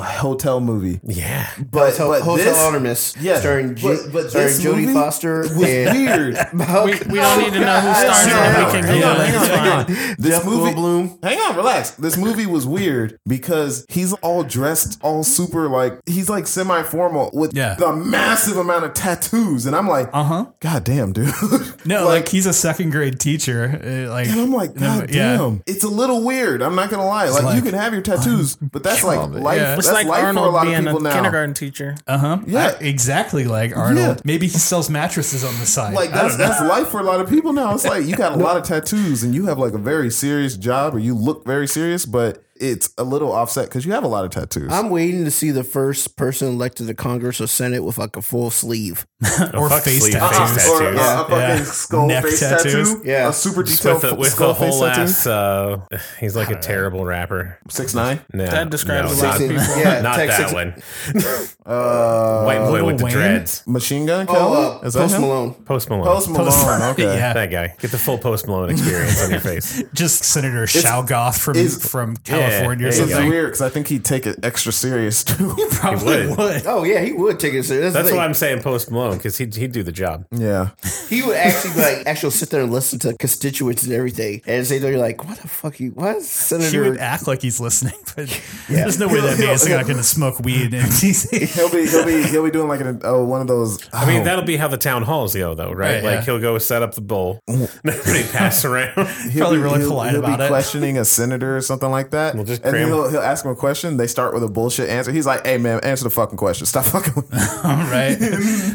[SPEAKER 3] hotel movie.
[SPEAKER 4] Yeah.
[SPEAKER 2] but,
[SPEAKER 3] But, but
[SPEAKER 2] Hotel
[SPEAKER 3] this,
[SPEAKER 2] Artemis,
[SPEAKER 3] yeah,
[SPEAKER 2] starring Ju-
[SPEAKER 3] but- but
[SPEAKER 2] starring
[SPEAKER 3] this
[SPEAKER 2] Jodie
[SPEAKER 3] movie
[SPEAKER 2] Foster
[SPEAKER 3] was
[SPEAKER 2] and
[SPEAKER 3] weird.
[SPEAKER 5] we, we don't need to know who stars
[SPEAKER 3] Hang
[SPEAKER 5] in it.
[SPEAKER 3] on,
[SPEAKER 5] We can
[SPEAKER 3] hang
[SPEAKER 5] Google
[SPEAKER 3] on, hang
[SPEAKER 5] it.
[SPEAKER 3] on,
[SPEAKER 5] It's
[SPEAKER 3] hang
[SPEAKER 5] fine.
[SPEAKER 3] on. This
[SPEAKER 2] Jeff
[SPEAKER 3] movie,
[SPEAKER 2] Goldblum.
[SPEAKER 3] Hang on, relax. This movie was weird because he's all dressed, all super like he's like semi formal with
[SPEAKER 1] Yeah.
[SPEAKER 3] the massive amount of tattoos, and I'm like,
[SPEAKER 1] Uh huh.
[SPEAKER 3] God damn, dude.
[SPEAKER 1] No, like, he's a second grade teacher. uh, like
[SPEAKER 3] And I'm like,
[SPEAKER 1] no,
[SPEAKER 3] God
[SPEAKER 1] yeah.
[SPEAKER 3] damn, it's a little weird. I'm not gonna lie. Like,
[SPEAKER 1] like,
[SPEAKER 3] you can have your tattoos, but that's like life.
[SPEAKER 1] Yeah.
[SPEAKER 5] It's
[SPEAKER 3] That's
[SPEAKER 5] like
[SPEAKER 3] life for a
[SPEAKER 5] Arnold
[SPEAKER 3] lot of
[SPEAKER 5] being a
[SPEAKER 3] people now.
[SPEAKER 5] kindergarten teacher.
[SPEAKER 1] Uh huh.
[SPEAKER 3] Yeah.
[SPEAKER 1] Exactly like Arnold.
[SPEAKER 3] Yeah.
[SPEAKER 1] Maybe he sells mattresses on the side.
[SPEAKER 3] Like that's that's life for a lot of people now. It's like you got a lot of tattoos and you have like a very serious job or you look very serious, but it's a little offset because you have a lot of tattoos.
[SPEAKER 2] I'm waiting to see the first person elected to Congress or Senate with like a full sleeve.
[SPEAKER 1] or
[SPEAKER 4] Oh, fuck
[SPEAKER 1] face
[SPEAKER 4] sleeve
[SPEAKER 1] tattoos.
[SPEAKER 4] tattoos.
[SPEAKER 3] or
[SPEAKER 2] Yeah.
[SPEAKER 3] uh, a fucking
[SPEAKER 1] Yeah.
[SPEAKER 3] skull
[SPEAKER 1] Neck
[SPEAKER 3] face
[SPEAKER 1] tattoos.
[SPEAKER 3] tattoo.
[SPEAKER 2] Yeah.
[SPEAKER 3] A super
[SPEAKER 4] Just
[SPEAKER 3] detailed
[SPEAKER 4] with a, with
[SPEAKER 3] skull
[SPEAKER 4] a
[SPEAKER 3] face
[SPEAKER 4] whole
[SPEAKER 3] tattoo.
[SPEAKER 4] ass. Uh, he's like a terrible rapper.
[SPEAKER 3] Six nine.
[SPEAKER 4] No,
[SPEAKER 5] That
[SPEAKER 4] no,
[SPEAKER 5] describes a lot
[SPEAKER 4] not,
[SPEAKER 5] of people.
[SPEAKER 2] Yeah,
[SPEAKER 4] not
[SPEAKER 2] Texas-
[SPEAKER 4] that one.
[SPEAKER 3] Uh,
[SPEAKER 4] White boy with the
[SPEAKER 1] Wayne?
[SPEAKER 4] dreads.
[SPEAKER 3] machine gun.
[SPEAKER 2] Oh,
[SPEAKER 3] Kelly?
[SPEAKER 2] uh,
[SPEAKER 3] Is that
[SPEAKER 2] Post
[SPEAKER 3] him?
[SPEAKER 2] Malone.
[SPEAKER 4] Post Malone.
[SPEAKER 3] Post Malone. okay.
[SPEAKER 1] Yeah.
[SPEAKER 4] That guy. Get the full Post Malone experience on your face.
[SPEAKER 1] Just Senator Shal Goff from
[SPEAKER 3] is-
[SPEAKER 1] from California or
[SPEAKER 4] there
[SPEAKER 3] It's
[SPEAKER 4] you
[SPEAKER 1] something.
[SPEAKER 4] go.
[SPEAKER 3] weird because I think he'd take it extra serious too.
[SPEAKER 1] Probably
[SPEAKER 4] would.
[SPEAKER 1] would.
[SPEAKER 2] Oh yeah, he would take it serious.
[SPEAKER 4] That's
[SPEAKER 2] That's,
[SPEAKER 4] what
[SPEAKER 2] why
[SPEAKER 4] I'm saying, Post Malone, because he'd, he'd do the job.
[SPEAKER 3] yeah.
[SPEAKER 2] he would actually like actually sit there and listen to constituents and everything, and say they're like, "What the fuck? You what,
[SPEAKER 1] She would
[SPEAKER 2] Senator?"
[SPEAKER 1] act like he's listening, but there's no way that man's not going to smoke weed in DC.
[SPEAKER 3] He'll be he'll be he'll be doing like an, oh, one of those.
[SPEAKER 4] I mean, that'll be how the town halls go, though, right?
[SPEAKER 1] Right,
[SPEAKER 4] like
[SPEAKER 1] yeah.
[SPEAKER 4] he'll go set up the bowl, nobody pass around.
[SPEAKER 3] He'll
[SPEAKER 1] Probably really polite
[SPEAKER 3] he'll
[SPEAKER 1] about
[SPEAKER 3] be
[SPEAKER 1] it.
[SPEAKER 3] questioning a senator or something like that.
[SPEAKER 4] We'll just
[SPEAKER 3] and
[SPEAKER 4] cram-
[SPEAKER 3] he'll, he'll ask him a question. They start with a bullshit answer. He's like, "Hey man, answer the fucking question. Stop fucking. With me.
[SPEAKER 1] right?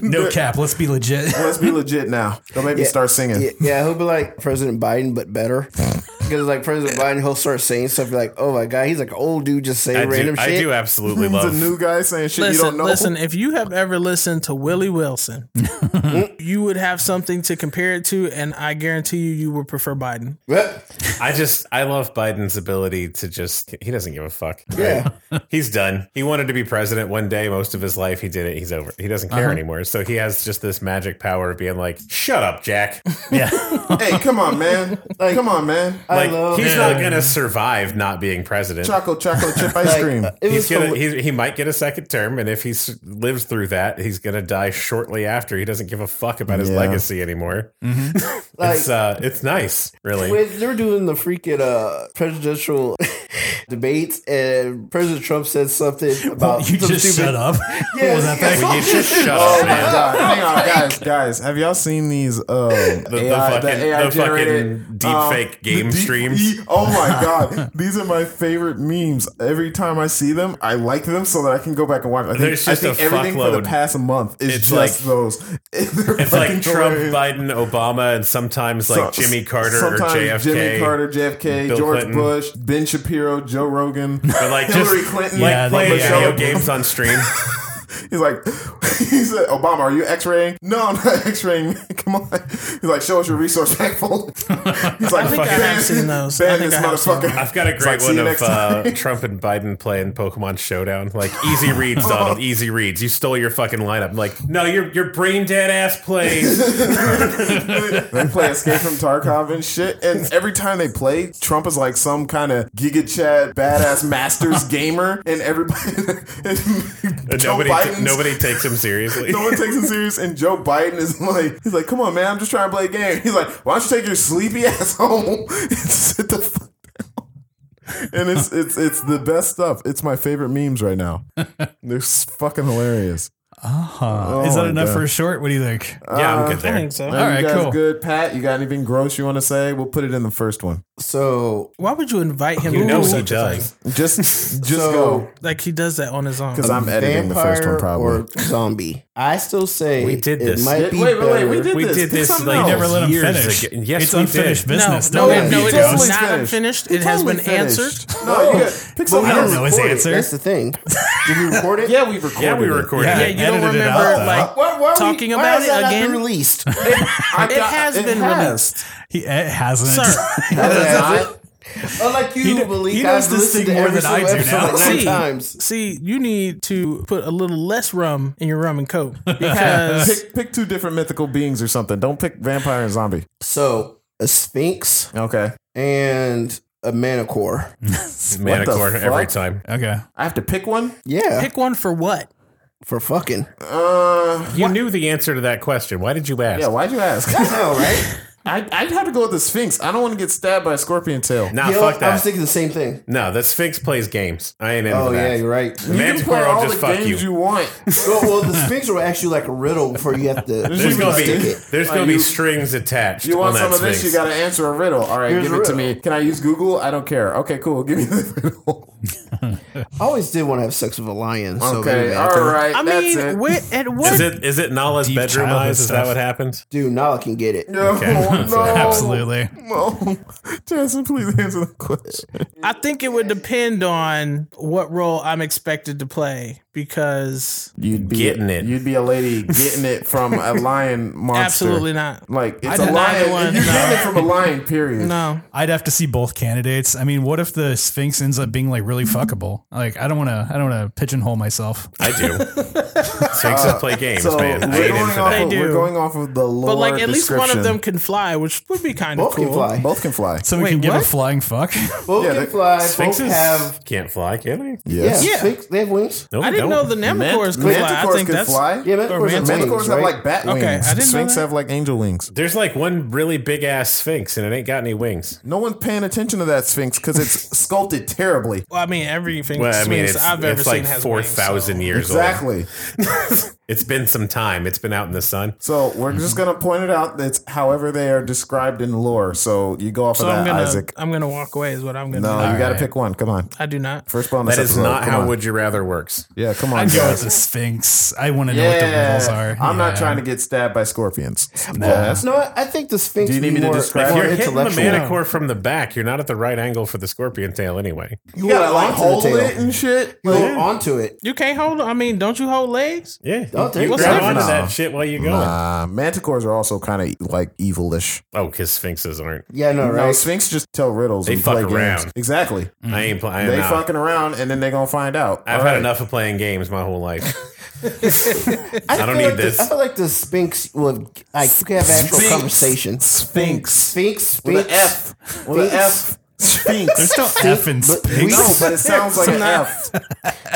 [SPEAKER 1] No cap. Let's be legit.
[SPEAKER 3] Let's be legit now. Don't make me start singing."
[SPEAKER 2] Yeah, yeah, he'll be like President Biden, but better. Because like President Biden, he'll start saying stuff like, "Oh my god, he's like an old dude just saying
[SPEAKER 4] I do,
[SPEAKER 2] random
[SPEAKER 4] I
[SPEAKER 2] shit."
[SPEAKER 4] do absolutely
[SPEAKER 3] He's a
[SPEAKER 4] love.
[SPEAKER 3] new guy saying shit you don't
[SPEAKER 5] Listen,
[SPEAKER 3] know.
[SPEAKER 5] listen, if you have ever listened to Willie Wilson, you would have something to compare it to, and I guarantee you, you would prefer Biden.
[SPEAKER 2] Yep.
[SPEAKER 4] I just I love Biden's ability to just he doesn't give a fuck.
[SPEAKER 2] Yeah.
[SPEAKER 4] He's done. He wanted to be president one day most of his life. He did it. He's over. He doesn't
[SPEAKER 1] Uh-huh.
[SPEAKER 4] care anymore. So he has just this magic power of being like, "Shut up, Jack."
[SPEAKER 1] Yeah.
[SPEAKER 3] Hey, come on, man. come on, man.
[SPEAKER 4] Like
[SPEAKER 2] love
[SPEAKER 4] he's not going to survive not being president.
[SPEAKER 3] Choco chocolate chip ice cream.
[SPEAKER 2] It was
[SPEAKER 4] He's
[SPEAKER 2] cool.
[SPEAKER 4] gonna, he, he might get a second term, and if he s- lives through that, he's gonna die shortly after. He doesn't give a fuck about his
[SPEAKER 3] Yeah.
[SPEAKER 4] legacy anymore.
[SPEAKER 1] Mm-hmm.
[SPEAKER 2] Like-
[SPEAKER 4] it's uh, it's nice, really.
[SPEAKER 2] When they were doing the freaking uh, presidential debates, and President Trump said something about
[SPEAKER 1] you
[SPEAKER 2] some
[SPEAKER 1] just
[SPEAKER 2] stupid-
[SPEAKER 1] shut up.
[SPEAKER 2] Yeah,
[SPEAKER 1] What was that
[SPEAKER 2] yeah.
[SPEAKER 1] thing?
[SPEAKER 4] you just shut
[SPEAKER 3] Oh
[SPEAKER 4] up,
[SPEAKER 3] my
[SPEAKER 4] man.
[SPEAKER 3] god! Hang on, guys, guys. Have y'all seen these? Um, the,
[SPEAKER 4] the fucking- the fucking deep
[SPEAKER 3] um,
[SPEAKER 4] fake game streams?
[SPEAKER 3] oh my god! These are my favorite memes. Every time I see them, I like them so that I can go back and watch. I think,
[SPEAKER 4] There's just
[SPEAKER 3] I think
[SPEAKER 4] a
[SPEAKER 3] everything for the
[SPEAKER 4] fuckload.
[SPEAKER 3] past month is
[SPEAKER 4] It's
[SPEAKER 3] just
[SPEAKER 4] like-
[SPEAKER 3] those.
[SPEAKER 4] It's like Trump, Biden, Obama, and sometimes like Jimmy Carter or JFK.
[SPEAKER 3] Jimmy Carter, JFK,
[SPEAKER 4] Bill
[SPEAKER 3] George
[SPEAKER 4] Clinton.
[SPEAKER 3] Bush, Ben Shapiro, Joe Rogan,
[SPEAKER 4] But like
[SPEAKER 3] Hillary
[SPEAKER 4] just
[SPEAKER 3] Clinton,
[SPEAKER 4] like
[SPEAKER 1] Yeah,
[SPEAKER 4] playing
[SPEAKER 1] they-
[SPEAKER 4] video
[SPEAKER 1] yeah.
[SPEAKER 4] games on stream.
[SPEAKER 3] He's like, he said, Obama, are you X-raying? No, I'm not X-raying. Come on. He's like, show us your resource pack fold. He's like,
[SPEAKER 5] think I
[SPEAKER 3] "Ban-
[SPEAKER 5] have seen those. I
[SPEAKER 3] Ban
[SPEAKER 5] think
[SPEAKER 3] this
[SPEAKER 5] I have seen
[SPEAKER 3] motherfucker.
[SPEAKER 4] I've got a
[SPEAKER 3] It's
[SPEAKER 4] great
[SPEAKER 3] like, see
[SPEAKER 4] one
[SPEAKER 3] you
[SPEAKER 4] of
[SPEAKER 3] next time.
[SPEAKER 4] uh, Trump and Biden playing Pokemon Showdown. Like easy reads,
[SPEAKER 3] Oh.
[SPEAKER 4] Donald. Easy reads. You stole your fucking lineup. I'm like, no, your your brain dead ass plays.
[SPEAKER 3] they play Escape from Tarkov and shit. And every time they play, Trump is like some kind of Giga Chad badass masters gamer. And everybody, and
[SPEAKER 4] And
[SPEAKER 3] Joe
[SPEAKER 4] nobody
[SPEAKER 3] Biden's-
[SPEAKER 4] nobody takes him seriously.
[SPEAKER 3] No one takes him serious, and Joe Biden is like, he's like, come on, man, I'm just trying to play a game. He's like, why don't you take your sleepy ass home and sit the fuck down? And it's it's it's the best stuff. It's my favorite memes right now. They're s- fucking hilarious.
[SPEAKER 1] Huh. Is
[SPEAKER 3] Oh
[SPEAKER 1] that
[SPEAKER 3] my
[SPEAKER 1] enough
[SPEAKER 3] God.
[SPEAKER 1] for a short? What do you think?
[SPEAKER 4] yeah,
[SPEAKER 3] uh,
[SPEAKER 4] I'm good
[SPEAKER 5] I
[SPEAKER 4] there.
[SPEAKER 5] think so.
[SPEAKER 1] All
[SPEAKER 3] Are
[SPEAKER 1] right,
[SPEAKER 3] you guys
[SPEAKER 1] cool.
[SPEAKER 3] good, Pat? You got anything gross you want to say? We'll put it in the first one.
[SPEAKER 2] So
[SPEAKER 5] Why would you invite him?
[SPEAKER 4] You
[SPEAKER 5] to
[SPEAKER 4] know
[SPEAKER 5] do
[SPEAKER 4] he
[SPEAKER 5] such a thing?
[SPEAKER 4] does.
[SPEAKER 3] Just just
[SPEAKER 2] So-
[SPEAKER 3] go
[SPEAKER 5] Like he does that on his own.
[SPEAKER 3] because I'm editing the first one probably.
[SPEAKER 2] or zombie. I still say
[SPEAKER 4] We did
[SPEAKER 2] It
[SPEAKER 4] this.
[SPEAKER 2] might
[SPEAKER 3] Wait,
[SPEAKER 2] be
[SPEAKER 3] wait, wait, we
[SPEAKER 2] better.
[SPEAKER 3] did
[SPEAKER 4] We
[SPEAKER 3] this.
[SPEAKER 4] did
[SPEAKER 3] Pick
[SPEAKER 4] this,
[SPEAKER 3] something
[SPEAKER 4] like,
[SPEAKER 3] else. Oh,
[SPEAKER 1] Never let him
[SPEAKER 4] years
[SPEAKER 1] finish.
[SPEAKER 4] ago- Yes,
[SPEAKER 1] it's
[SPEAKER 4] we did.
[SPEAKER 1] unfinished
[SPEAKER 5] No,
[SPEAKER 1] business.
[SPEAKER 5] no,
[SPEAKER 1] Don't
[SPEAKER 5] it-
[SPEAKER 1] be
[SPEAKER 5] no, it
[SPEAKER 1] gross.
[SPEAKER 5] is
[SPEAKER 3] Totally
[SPEAKER 5] not
[SPEAKER 3] finished.
[SPEAKER 5] unfinished. It has
[SPEAKER 3] Totally
[SPEAKER 5] been
[SPEAKER 3] finished. No,
[SPEAKER 5] answered.
[SPEAKER 3] you got, pick something
[SPEAKER 1] I don't
[SPEAKER 3] else.
[SPEAKER 1] know his
[SPEAKER 3] Record it.
[SPEAKER 1] answer.
[SPEAKER 2] That's the thing. Did we record it?
[SPEAKER 3] Yeah, we recorded.
[SPEAKER 4] Yeah, we
[SPEAKER 3] it.
[SPEAKER 4] recorded.
[SPEAKER 1] Yeah,
[SPEAKER 5] Yeah,
[SPEAKER 4] it.
[SPEAKER 5] you don't
[SPEAKER 1] edited it
[SPEAKER 5] remember
[SPEAKER 1] out, though.
[SPEAKER 5] like
[SPEAKER 2] Why- why are we-
[SPEAKER 5] talking
[SPEAKER 2] why
[SPEAKER 5] about
[SPEAKER 2] has
[SPEAKER 5] it
[SPEAKER 2] that not been
[SPEAKER 5] again.
[SPEAKER 2] released.
[SPEAKER 3] I
[SPEAKER 5] It has been released,
[SPEAKER 1] He it hasn't.
[SPEAKER 5] sir.
[SPEAKER 2] Unlike you,
[SPEAKER 1] kn-
[SPEAKER 2] Malik,
[SPEAKER 1] he knows
[SPEAKER 2] I've
[SPEAKER 1] this
[SPEAKER 2] listened
[SPEAKER 1] thing
[SPEAKER 2] to
[SPEAKER 1] more
[SPEAKER 2] every
[SPEAKER 1] than I
[SPEAKER 2] single
[SPEAKER 1] do
[SPEAKER 2] episode
[SPEAKER 1] now.
[SPEAKER 2] like nine
[SPEAKER 5] See,
[SPEAKER 2] times.
[SPEAKER 5] see, you need to put a little less rum in your rum and coke because
[SPEAKER 3] Pick, pick two different mythical beings or something. Don't pick vampire and zombie.
[SPEAKER 2] So a sphinx
[SPEAKER 3] Okay.
[SPEAKER 2] and a manticore.
[SPEAKER 3] What the
[SPEAKER 4] Manicore every
[SPEAKER 3] fuck?
[SPEAKER 4] time.
[SPEAKER 1] Okay.
[SPEAKER 3] I have to pick one?
[SPEAKER 2] Yeah,
[SPEAKER 5] pick one for what?
[SPEAKER 2] for fucking.
[SPEAKER 3] Uh
[SPEAKER 4] You knew the answer to that question. Why did you ask?
[SPEAKER 3] yeah, why'd you ask?
[SPEAKER 2] No, right?
[SPEAKER 3] I I'd have to go with the Sphinx. I don't want to get stabbed by a scorpion tail.
[SPEAKER 4] Nah,
[SPEAKER 2] You know,
[SPEAKER 4] fuck
[SPEAKER 2] I
[SPEAKER 4] that.
[SPEAKER 2] was thinking the same thing.
[SPEAKER 4] no, the Sphinx plays games. I ain't into
[SPEAKER 2] Oh yeah,
[SPEAKER 4] that.
[SPEAKER 2] you're right.
[SPEAKER 4] The
[SPEAKER 3] You can play
[SPEAKER 4] Manticore
[SPEAKER 3] all
[SPEAKER 4] will
[SPEAKER 3] the
[SPEAKER 4] just fuck you.
[SPEAKER 3] games you, want.
[SPEAKER 2] well, well, the sphinx will ask you like a riddle before you have to.
[SPEAKER 4] There's gonna be
[SPEAKER 2] stick it.
[SPEAKER 4] there's gonna be strings attached.
[SPEAKER 3] You want
[SPEAKER 4] on
[SPEAKER 3] some
[SPEAKER 4] that
[SPEAKER 3] of this,
[SPEAKER 4] Sphinx.
[SPEAKER 3] you gotta answer a riddle. All right,
[SPEAKER 2] Here's
[SPEAKER 3] give
[SPEAKER 2] a
[SPEAKER 3] it to
[SPEAKER 2] riddle.
[SPEAKER 3] me. Can I use Google? I don't care. Okay, cool. Give me the riddle.
[SPEAKER 2] I always did want to have sex with a lion. So
[SPEAKER 3] Okay,
[SPEAKER 2] maybe I
[SPEAKER 3] all
[SPEAKER 2] could-
[SPEAKER 3] right.
[SPEAKER 5] I
[SPEAKER 3] that's
[SPEAKER 5] mean,
[SPEAKER 3] it.
[SPEAKER 5] wh- at what
[SPEAKER 4] Is it is it Nala's
[SPEAKER 1] Deep
[SPEAKER 4] bedroom
[SPEAKER 1] childhood
[SPEAKER 4] eyes? Is that
[SPEAKER 1] stuff.
[SPEAKER 4] what happens?
[SPEAKER 2] dude, now I can get it.
[SPEAKER 3] No, no, no.
[SPEAKER 1] Absolutely.
[SPEAKER 3] No. Jason, please answer the question.
[SPEAKER 5] I think it would depend on what role I'm expected to play because
[SPEAKER 3] You'd be
[SPEAKER 4] Getting it.
[SPEAKER 3] You'd be a lady getting it from a lion monster.
[SPEAKER 5] absolutely not.
[SPEAKER 3] Like it's
[SPEAKER 5] deny
[SPEAKER 3] a lion.
[SPEAKER 5] the one,
[SPEAKER 3] You're
[SPEAKER 5] no.
[SPEAKER 3] getting it from a lion. Period.
[SPEAKER 5] No.
[SPEAKER 1] I'd have to see both candidates. I mean, what if the Sphinx ends up being like really fuckable? Like, I don't want to. I don't want to pigeonhole myself.
[SPEAKER 4] I do. Sphinxes play games,
[SPEAKER 3] So
[SPEAKER 4] man. I
[SPEAKER 3] we're
[SPEAKER 4] ain't
[SPEAKER 3] going,
[SPEAKER 4] into
[SPEAKER 3] off
[SPEAKER 4] that.
[SPEAKER 5] They
[SPEAKER 3] of, we're
[SPEAKER 5] do.
[SPEAKER 3] going off of the lore
[SPEAKER 5] But like at least one of them
[SPEAKER 3] description.
[SPEAKER 5] can fly, which would be kind of
[SPEAKER 2] Both
[SPEAKER 5] cool.
[SPEAKER 2] can fly.
[SPEAKER 3] Both can fly.
[SPEAKER 1] Someone can
[SPEAKER 5] Wait,
[SPEAKER 1] give a
[SPEAKER 5] what?
[SPEAKER 1] flying fuck.
[SPEAKER 2] Both
[SPEAKER 3] Yeah,
[SPEAKER 2] can
[SPEAKER 3] they-
[SPEAKER 2] fly.
[SPEAKER 4] Sphinxes
[SPEAKER 2] Both have.
[SPEAKER 4] can't fly, can they?
[SPEAKER 2] Yeah,
[SPEAKER 3] Yes.
[SPEAKER 5] Yeah.
[SPEAKER 2] Sphinx- they have wings.
[SPEAKER 4] No,
[SPEAKER 5] I didn't know the Nemators could fly. I
[SPEAKER 3] Manticores
[SPEAKER 5] think
[SPEAKER 3] can
[SPEAKER 5] that's
[SPEAKER 3] fly.
[SPEAKER 2] Yeah, manticores have
[SPEAKER 3] manticores
[SPEAKER 2] wings,
[SPEAKER 3] have
[SPEAKER 2] right?
[SPEAKER 3] like bat wings.
[SPEAKER 5] Okay, I didn't know
[SPEAKER 3] Sphinx
[SPEAKER 5] that.
[SPEAKER 3] have like angel wings.
[SPEAKER 4] There's like one really big ass Sphinx, and it ain't got any wings.
[SPEAKER 3] No one's paying attention to that Sphinx because it's sculpted terribly.
[SPEAKER 5] Well, I mean everything
[SPEAKER 4] Well, I mean,
[SPEAKER 5] Sphinx
[SPEAKER 4] it's,
[SPEAKER 5] I've ever
[SPEAKER 4] it's
[SPEAKER 5] seen
[SPEAKER 4] like
[SPEAKER 5] has
[SPEAKER 4] four
[SPEAKER 5] wings, so-
[SPEAKER 4] thousand years old.
[SPEAKER 3] Exactly.
[SPEAKER 4] It's been some time. It's been out in the sun.
[SPEAKER 3] So we're just
[SPEAKER 5] Mm-hmm.
[SPEAKER 3] gonna point it out. That's however they are described in lore. So you go off
[SPEAKER 5] So
[SPEAKER 3] of that,
[SPEAKER 5] I'm gonna
[SPEAKER 3] Isaac.
[SPEAKER 5] I'm gonna walk away is what I'm gonna
[SPEAKER 3] No,
[SPEAKER 5] do.
[SPEAKER 3] you got to pick one. Come on,
[SPEAKER 5] I do not.
[SPEAKER 3] first one.
[SPEAKER 4] That is not how
[SPEAKER 3] Would
[SPEAKER 4] Would You Rather works.
[SPEAKER 3] yeah, come on,
[SPEAKER 1] I'd go with
[SPEAKER 3] guys.
[SPEAKER 1] the Sphinx. I want to know what the
[SPEAKER 3] Yeah,
[SPEAKER 1] rules are.
[SPEAKER 3] I'm not
[SPEAKER 1] Yeah.
[SPEAKER 3] trying to get stabbed by scorpions. No, that's
[SPEAKER 2] No, I I think the Sphinx.
[SPEAKER 3] Do you need
[SPEAKER 2] would be
[SPEAKER 3] me to
[SPEAKER 2] more,
[SPEAKER 3] describe
[SPEAKER 4] If
[SPEAKER 2] more
[SPEAKER 4] you're hitting the
[SPEAKER 2] intellectual?
[SPEAKER 4] manticore from the back, you're not at the right angle for the scorpion tail anyway.
[SPEAKER 2] you
[SPEAKER 3] you gotta
[SPEAKER 2] hold
[SPEAKER 3] like
[SPEAKER 2] onto the
[SPEAKER 3] hold
[SPEAKER 2] tail.
[SPEAKER 3] it and shit.
[SPEAKER 2] You hold onto it.
[SPEAKER 5] You can't hold I mean, don't you hold legs?
[SPEAKER 4] Yeah,
[SPEAKER 2] I'll take
[SPEAKER 4] you
[SPEAKER 2] it.
[SPEAKER 4] grab
[SPEAKER 5] Nah.
[SPEAKER 4] onto that shit while you're going.
[SPEAKER 3] Uh, manticores are also kind of like evilish.
[SPEAKER 4] Oh, because sphinxes aren't.
[SPEAKER 2] Yeah, no,
[SPEAKER 3] No,
[SPEAKER 2] right.
[SPEAKER 3] Sphinx just tell riddles.
[SPEAKER 4] They
[SPEAKER 3] and
[SPEAKER 4] fuck
[SPEAKER 3] play games.
[SPEAKER 4] around.
[SPEAKER 3] Exactly.
[SPEAKER 4] I ain't playing.
[SPEAKER 3] They fucking around and then they gonna find out.
[SPEAKER 4] I've
[SPEAKER 3] All
[SPEAKER 4] had
[SPEAKER 3] right.
[SPEAKER 4] enough of playing games my whole life.
[SPEAKER 2] I,
[SPEAKER 4] don't
[SPEAKER 2] feel
[SPEAKER 4] need
[SPEAKER 2] like the-
[SPEAKER 4] this.
[SPEAKER 2] I feel like the Sphinx would like you could have actual
[SPEAKER 3] Sphinx.
[SPEAKER 2] conversations.
[SPEAKER 5] Sphinx.
[SPEAKER 2] Sphinx, Sphinx,
[SPEAKER 3] With a F. With a F. Sphinx.
[SPEAKER 1] There's no F in
[SPEAKER 2] but
[SPEAKER 1] Sphinx.
[SPEAKER 2] we-
[SPEAKER 3] No, but it sounds like an
[SPEAKER 5] Not-
[SPEAKER 3] F.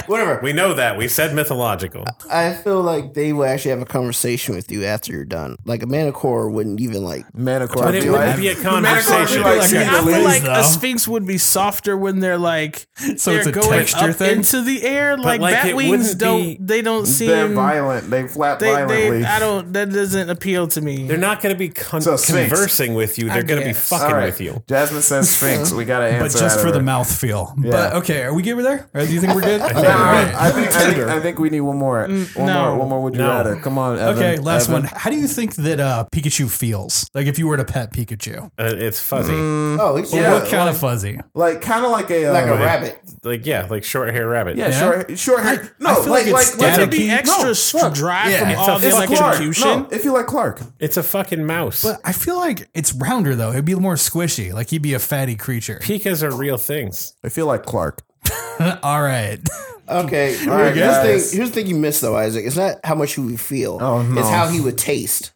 [SPEAKER 2] whatever.
[SPEAKER 4] We know that. We said mythological.
[SPEAKER 2] I feel like they will actually have a conversation with you after you're done. Like a manicore wouldn't even like.
[SPEAKER 3] Manicore.
[SPEAKER 4] But it
[SPEAKER 3] be
[SPEAKER 4] wouldn't
[SPEAKER 3] like,
[SPEAKER 4] be a
[SPEAKER 3] Manticore
[SPEAKER 4] conversation.
[SPEAKER 3] would be
[SPEAKER 5] See,
[SPEAKER 3] like,
[SPEAKER 5] I
[SPEAKER 3] "Leave
[SPEAKER 5] feel like
[SPEAKER 1] though."
[SPEAKER 5] a sphinx would be softer when they're like
[SPEAKER 1] So
[SPEAKER 5] they're
[SPEAKER 1] it's a
[SPEAKER 5] going
[SPEAKER 1] texture
[SPEAKER 5] up
[SPEAKER 1] thing?
[SPEAKER 5] into the air. Like,
[SPEAKER 4] like, it
[SPEAKER 5] bat wings
[SPEAKER 4] wouldn't
[SPEAKER 5] don't
[SPEAKER 4] be-
[SPEAKER 5] they don't seem
[SPEAKER 3] they're violent. They flap
[SPEAKER 5] they,
[SPEAKER 3] violently.
[SPEAKER 5] they I don't that doesn't appeal to me.
[SPEAKER 4] They're not going to be con-
[SPEAKER 3] So Sphinx.
[SPEAKER 4] conversing with you. They're going to be
[SPEAKER 5] guess.
[SPEAKER 4] fucking
[SPEAKER 3] All right.
[SPEAKER 4] with you.
[SPEAKER 3] Jasmine says Sphinx. We gotta
[SPEAKER 1] but
[SPEAKER 3] answer.
[SPEAKER 1] just
[SPEAKER 3] out
[SPEAKER 1] for
[SPEAKER 3] of
[SPEAKER 1] the
[SPEAKER 3] it.
[SPEAKER 1] mouth feel. But okay, are we good with there? Or do you think we're good?
[SPEAKER 3] No, I, think, I, think, I think we need one more. One
[SPEAKER 5] no.
[SPEAKER 3] more. One more. Would you
[SPEAKER 4] No.
[SPEAKER 3] rather? Come on. Evan.
[SPEAKER 1] Okay, last
[SPEAKER 3] Evan.
[SPEAKER 1] one. How do you think that uh, Pikachu feels? Like if you were to pet Pikachu,
[SPEAKER 4] Uh, it's fuzzy.
[SPEAKER 3] Mm.
[SPEAKER 2] Oh, it's
[SPEAKER 3] Yeah.
[SPEAKER 1] what kind of fuzzy?
[SPEAKER 3] Like kind of like a uh,
[SPEAKER 2] like a rabbit.
[SPEAKER 4] Like yeah, like short hair rabbit.
[SPEAKER 3] Yeah,
[SPEAKER 1] Yeah.
[SPEAKER 3] short short hair. No,
[SPEAKER 1] I feel like
[SPEAKER 3] like
[SPEAKER 1] it's
[SPEAKER 3] like, like
[SPEAKER 5] to
[SPEAKER 1] static.
[SPEAKER 5] be
[SPEAKER 1] No,
[SPEAKER 5] extra s- dry
[SPEAKER 1] Yeah,
[SPEAKER 5] from
[SPEAKER 1] it's
[SPEAKER 5] all
[SPEAKER 1] a-
[SPEAKER 5] the
[SPEAKER 1] it's
[SPEAKER 3] It's Clark.
[SPEAKER 5] electrocution.
[SPEAKER 3] No, if you like Clark.
[SPEAKER 4] It's a fucking mouse.
[SPEAKER 1] But I feel like it's rounder though. It'd be more squishy. Like he'd be a fatty creature.
[SPEAKER 4] Pikas are real things.
[SPEAKER 3] I feel like Clark.
[SPEAKER 1] All right.
[SPEAKER 2] Okay, all
[SPEAKER 3] right,
[SPEAKER 2] right. Here's the,
[SPEAKER 3] guys.
[SPEAKER 2] thing, here's the thing you miss though, Isaac. It's not how much you would feel.
[SPEAKER 3] Oh, no.
[SPEAKER 2] It's how he would taste.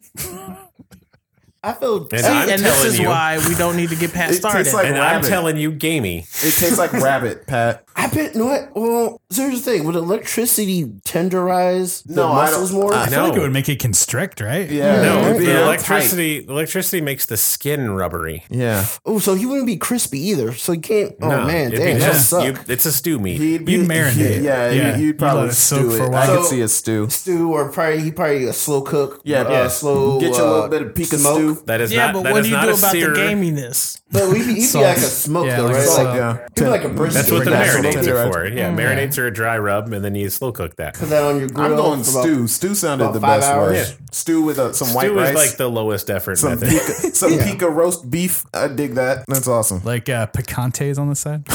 [SPEAKER 2] I feel.
[SPEAKER 4] And
[SPEAKER 2] See,
[SPEAKER 4] I'm
[SPEAKER 5] and this
[SPEAKER 4] telling
[SPEAKER 5] is
[SPEAKER 4] you.
[SPEAKER 5] why we don't need to get past
[SPEAKER 3] It
[SPEAKER 5] started.
[SPEAKER 3] tastes like
[SPEAKER 4] And I'm
[SPEAKER 3] rabbit.
[SPEAKER 4] telling you, gamey.
[SPEAKER 3] It tastes like rabbit, Pat.
[SPEAKER 2] I bet. You know what? Well, so here's the thing. Would electricity tenderize the
[SPEAKER 3] No, I
[SPEAKER 2] muscles
[SPEAKER 3] don't-
[SPEAKER 2] more?
[SPEAKER 1] I feel like
[SPEAKER 4] No.
[SPEAKER 1] it would make it constrict, right?
[SPEAKER 3] Yeah.
[SPEAKER 4] No,
[SPEAKER 3] It'd be
[SPEAKER 4] the
[SPEAKER 3] real
[SPEAKER 4] electricity electricity makes the skin rubbery.
[SPEAKER 3] tight. Yeah.
[SPEAKER 2] oh, so he wouldn't be crispy either. So he can't. Oh
[SPEAKER 4] No,
[SPEAKER 2] man,
[SPEAKER 4] it'd
[SPEAKER 2] damn,
[SPEAKER 4] be
[SPEAKER 2] that
[SPEAKER 4] just-
[SPEAKER 2] suck.
[SPEAKER 4] you- it's a stew meat.
[SPEAKER 3] He'd
[SPEAKER 1] You'd marinate it.
[SPEAKER 3] Yeah,
[SPEAKER 1] Yeah.
[SPEAKER 3] yeah. You'd,
[SPEAKER 1] You'd
[SPEAKER 3] probably
[SPEAKER 1] let it soak
[SPEAKER 3] stew it.
[SPEAKER 1] for a
[SPEAKER 3] I
[SPEAKER 1] while.
[SPEAKER 3] could
[SPEAKER 2] So-
[SPEAKER 3] see a stew.
[SPEAKER 2] stew, or probably he probably a slow cook.
[SPEAKER 3] Yeah,
[SPEAKER 2] uh,
[SPEAKER 3] yeah.
[SPEAKER 2] slow.
[SPEAKER 3] Get you a
[SPEAKER 2] uh,
[SPEAKER 3] little bit of pika
[SPEAKER 2] smoke.
[SPEAKER 3] stew.
[SPEAKER 4] That is
[SPEAKER 5] yeah,
[SPEAKER 4] not.
[SPEAKER 5] but
[SPEAKER 4] that
[SPEAKER 5] what
[SPEAKER 4] is
[SPEAKER 5] do you
[SPEAKER 4] not
[SPEAKER 5] do
[SPEAKER 4] a
[SPEAKER 5] about
[SPEAKER 4] sear.
[SPEAKER 5] the gaminess?
[SPEAKER 2] But we'd be, he'd be
[SPEAKER 1] Salt.
[SPEAKER 2] like a smoke
[SPEAKER 1] Yeah,
[SPEAKER 2] though,
[SPEAKER 1] like
[SPEAKER 2] right?
[SPEAKER 1] salt.
[SPEAKER 2] Like,
[SPEAKER 3] Yeah.
[SPEAKER 2] He'd be like a brisket.
[SPEAKER 4] That's what the
[SPEAKER 3] That's what it
[SPEAKER 4] marinades
[SPEAKER 3] Oh,
[SPEAKER 4] are
[SPEAKER 3] is.
[SPEAKER 4] for. Yeah, marinades are a dry rub, and then you slow cook that.
[SPEAKER 2] Put that on your grill.
[SPEAKER 3] I'm going
[SPEAKER 2] for about-
[SPEAKER 3] stew. Stew sounded
[SPEAKER 2] about
[SPEAKER 3] the
[SPEAKER 2] five
[SPEAKER 3] best
[SPEAKER 2] hours.
[SPEAKER 3] word.
[SPEAKER 4] Yeah.
[SPEAKER 3] Stew with uh, some white
[SPEAKER 4] Stew
[SPEAKER 3] rice.
[SPEAKER 4] is like the lowest effort
[SPEAKER 3] some
[SPEAKER 4] method.
[SPEAKER 3] pika, some pika roast beef. I dig that. That's awesome.
[SPEAKER 1] Like uh, picante's on the side.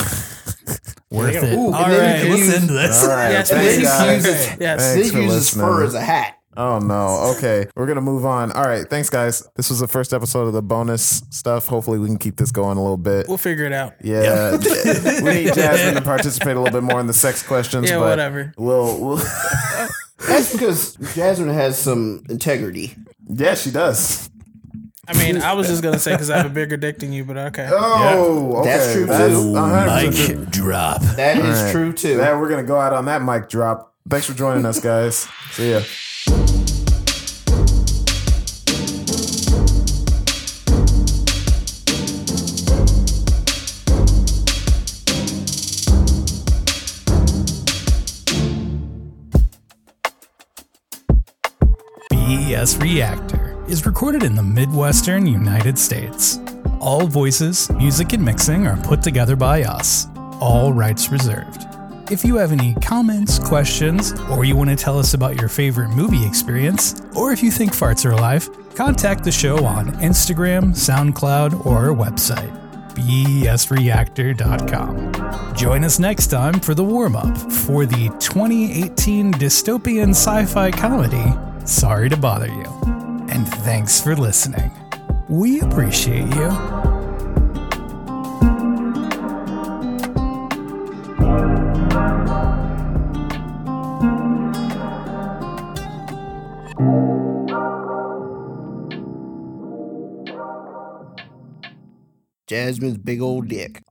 [SPEAKER 1] Worth it.
[SPEAKER 2] Ooh,
[SPEAKER 1] All
[SPEAKER 2] and then
[SPEAKER 1] right,
[SPEAKER 2] you
[SPEAKER 1] let's
[SPEAKER 2] can
[SPEAKER 1] end this.
[SPEAKER 3] All right.
[SPEAKER 5] Yes,
[SPEAKER 3] thanks,
[SPEAKER 5] please.
[SPEAKER 3] guys.
[SPEAKER 2] Yes.
[SPEAKER 5] Yes.
[SPEAKER 3] Thanks
[SPEAKER 2] Zig
[SPEAKER 3] for
[SPEAKER 2] uses
[SPEAKER 3] listening.
[SPEAKER 2] fur as a hat.
[SPEAKER 3] Oh no. Okay. We're gonna move on. All right. Thanks, guys. This was the first episode of the bonus stuff. Hopefully, we can keep this going a little bit.
[SPEAKER 5] We'll figure it out.
[SPEAKER 3] Yeah, we need Jasmine to participate a little bit more in the sex questions.
[SPEAKER 5] Yeah,
[SPEAKER 3] but
[SPEAKER 5] whatever.
[SPEAKER 3] We'll, we'll
[SPEAKER 2] That's because Jasmine has some integrity.
[SPEAKER 3] yeah, she does.
[SPEAKER 5] I mean, I was just gonna say because I have a bigger dick than you, but okay.
[SPEAKER 3] Oh, okay.
[SPEAKER 2] That's true, too.
[SPEAKER 3] 100% true.
[SPEAKER 1] Mic drop.
[SPEAKER 2] That is
[SPEAKER 3] right.
[SPEAKER 2] true too.
[SPEAKER 3] Yeah, we're gonna go out on that mic drop. Thanks for joining us, guys. See ya.
[SPEAKER 1] BES E Reactor is recorded in the Midwestern United States. All voices, music, and mixing are put together by us. All rights reserved. If you have any comments, questions, or you want to tell us about your favorite movie experience, or if you think farts are alive, contact the show on Instagram, SoundCloud, or our website, E besreactor.com. Join us next time for the warm up for the 2018 dystopian sci fi comedy, Sorry to Bother You. And thanks for listening. We appreciate you.
[SPEAKER 2] Jasmine's big old dick.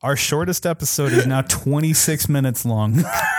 [SPEAKER 1] Our shortest episode is now 26 minutes long.